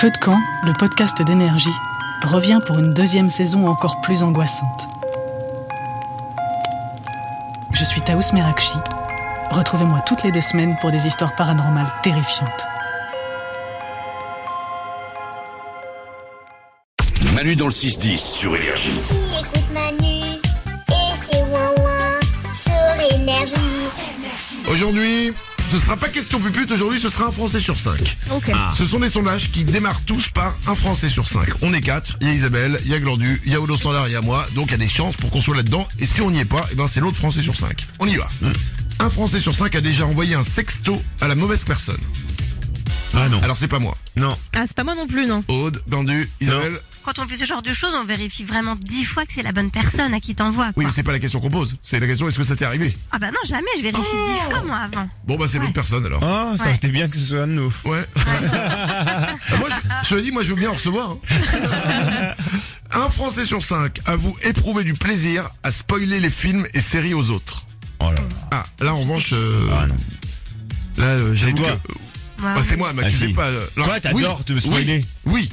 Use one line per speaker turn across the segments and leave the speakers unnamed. Feu de camp, le podcast d'énergie, revient pour une deuxième saison encore plus angoissante. Je suis Taous Merakchi. Retrouvez-moi toutes les deux semaines pour des histoires paranormales terrifiantes.
Manu dans le 6-10 sur Énergie.
Qui écoute Manu et c'est Wawa sur Énergie.
Aujourd'hui, ce sera pas question pupute, aujourd'hui ce sera un Français sur 5.
Ok.
Ah.
Ce sont des sondages qui démarrent tous par un Français sur 5. On est 4, il y a Isabelle, il y a Glandu, il y a Odo Standard, il y a moi, donc il y a des chances pour qu'on soit là-dedans, et si on n'y est pas, eh ben c'est l'autre Français sur 5. On y va.
Mmh.
Un Français sur 5 a déjà envoyé un sexto à la mauvaise personne.
Ah non.
Alors c'est pas moi.
Non.
Ah, c'est pas moi non plus, non.
Aude, Glandu, Isabelle.
Quand on fait ce genre de choses, on vérifie vraiment dix fois que c'est la bonne personne à qui t'envoie.
Oui,
quoi.
Ah.
mais c'est pas la question qu'on pose, c'est la question est-ce que ça t'est arrivé
Ah bah non, jamais, je vérifie dix
Oh.
fois moi avant.
Bon bah c'est l'autre
Ouais.
personne alors.
Ah, ça aurait
Ouais.
été bien que ce soit un de nous.
Ouais. moi, je, je te dis, moi, je veux bien en recevoir. hein. Un Français sur cinq avoue éprouver du plaisir à spoiler les films et séries aux autres.
Oh là Ah, là.
Ah, là, en revanche, euh, là, euh, j'avoue
toi.
que-
Moi,
Bah, c'est moi, m'accusez
Ah, si.
pas. euh, là-
Toi, t'adores
oui,
te spoiler.
Oui,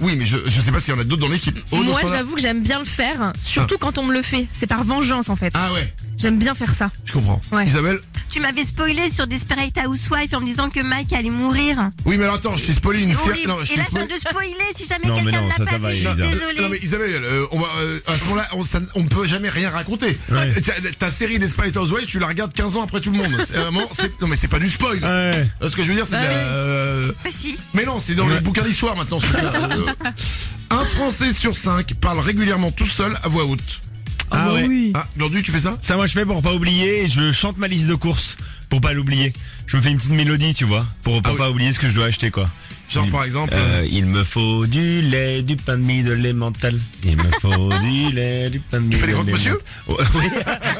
oui, oui, mais je, je sais pas s'il y en a d'autres dans l'équipe. Oh, non,
moi,
ce soir-là.
j'avoue que j'aime bien le faire, surtout quand on me le fait. C'est par vengeance, en fait.
Ah ouais,
J'aime bien faire ça.
je comprends.
Ouais.
Isabelle
Tu m'avais spoilé sur Desperate Housewives en me disant que Mike allait mourir.
Oui, mais alors, attends, je t'ai spoilé une
C'est
série.
horrible.
Non, je
Et
t'ai
là, je
spoilé-
viens de spoiler si jamais
Non, mais
quelqu'un
non,
ne l'a
ça,
pas
ça va,
vu. Je suis
Elisa.
désolée.
Euh, Non mais Isabelle, euh, on va, euh, à ce moment-là, on, ça- on ne peut jamais rien raconter. Ah,
Ouais.
Ta, ta série des Spice Housewives, tu la regardes 15 ans après tout le monde. C'est Vraiment, c'est- non mais c'est pas du spoil.
Ouais.
Euh, Ce que je veux dire, c'est de la- euh,
Ah, si.
mais non, c'est dans les bouquins d'histoire maintenant. ce truc-là. Euh, Un Français sur cinq parle régulièrement tout seul à voix haute.
Ah, ouais.
Ah, Glandu, tu fais ça
Ça, moi, je fais pour pas oublier. et Je chante ma liste de courses pour pas l'oublier. Je me fais une petite mélodie, tu vois, pour, pour
Ah oui.
pas oublier ce que je dois acheter, quoi.
Genre
Il-
par exemple.
Euh, il me faut du lait, du pain de mie, de l'emmental. Il me faut du lait, du pain de mie.
fais des
de
croque-monsieur
l'emmental. Oh, Oui.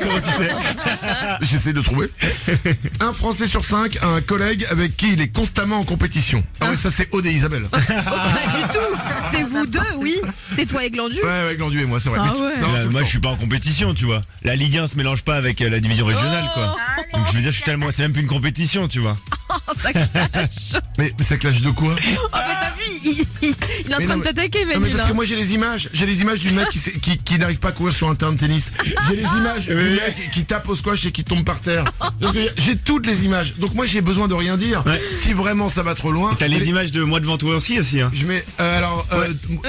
Comment tu sais
J'essaie de trouver. Un Français sur cinq a un collègue avec qui il est constamment en compétition. Ah, ouais, ça c'est Aude et Isabelle.
Pas du tout C'est vous deux, oui C'est toi et Glandu
ouais, ouais, Glandu et moi, c'est vrai.
Ah
Mais-
ouais.
non,
Là,
tout le
Moi,
temps.
je suis pas en compétition, tu vois. La Ligue 1 se mélange pas avec euh, la
Oh
division régionale, quoi.
Ah,
Donc, je veux dire, je suis tellement. C'est même plus une compétition, tu vois.
Ça clash.
Mais mais ça clash de quoi
Oh, mais t'as vu, il, il- il est en
Mais
train
non,
de t'attaquer, hein.
Non, mais
Manu,
parce
là.
que moi j'ai les images, j'ai les images du mec qui, s'est- qui, qui n'arrive pas à courir sur un terrain de tennis. J'ai les images du
Oui.
mec qui tape au squash et qui tombe par terre. Donc, euh, J'ai toutes les images. Donc moi j'ai besoin de rien dire.
Ouais.
Si vraiment ça va trop loin.
T'as
je
les
mets-
images de moi devant toi aussi, aussi, hein.
Je mets euh, alors euh,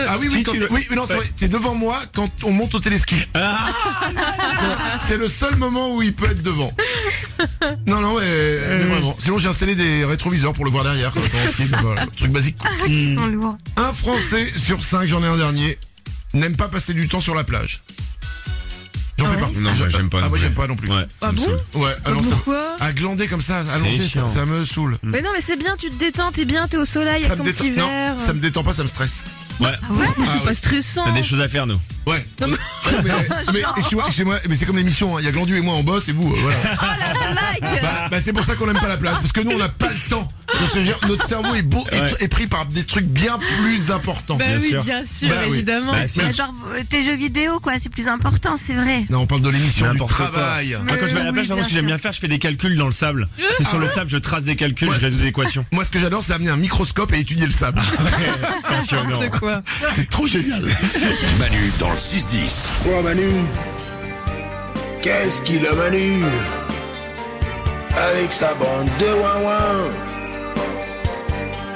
ah oui oui
si
quand-
tu veux.
oui mais non c'est
Ouais. Ah.
vrai, t'es devant moi quand on monte au téléski. C'est- c'est le seul moment où il peut être devant. Non non mais,
Euh.
mais vraiment. Sinon j'ai installé des rétroviseurs pour le voir derrière quand on skie, voilà. truc basique. quoi.
Ils sont lourds.
Un Français sur cinq, j'en ai un dernier, n'aime pas passer du temps sur la plage. J'en fais partie.
Non, moi, j'aime pas
Ah,
non
moi,
plus.
j'aime pas non plus.
Ouais.
Ah
ça me
bon
saoule.
Ouais, alors ça.
Pourquoi
À glander comme ça, allongé, ça,
chiant.
ça me saoule.
Mais non, mais c'est bien, tu te détends, t'es bien, t'es au soleil
Mm. Ça me
avec ton
détend.
petit verre. euh,
Non, ça me détend pas, ça me stresse.
Ouais.
Ah
C'est
ouais.
pas stressant.
On a des choses à faire, nous.
Ouais. mais, mais- mais chez moi, chez moi, mais c'est comme l'émission, hein. il y a Glandu et moi en boss et vous, euh, voilà.
Oh
bah, bah, c'est pour ça qu'on aime pas la plage, parce que nous on n'a pas le temps. Parce que je veux dire, notre cerveau est beau
Ouais.
est, pris par des trucs bien plus importants.
Bah
Bien
oui,
sûr.
bien sûr,
Bah oui.
évidemment.
Bah, si.
Bah, Genre euh, tes jeux vidéo, quoi, c'est plus important, c'est vrai.
Non, on parle de l'émission du
N'importe quoi.
travail.
Moi, quand je vais à la
Oui,
plage, par
bien
contre, ce que j'aime
sûr.
bien faire, je fais des calculs dans le sable. C'est sur le sable, je trace des calculs, je résous des équations.
Moi, ce que j'adore, c'est amener un microscope et étudier le sable.
Passionnant.
C'est quoi
c'est trop génial.
Manu dans le 6-10.
Quoi Manu Qu'est-ce qu'il a Manu Avec sa bande de ouin-ouin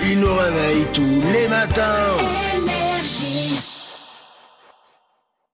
Il nous réveille tous les matins
Énergie.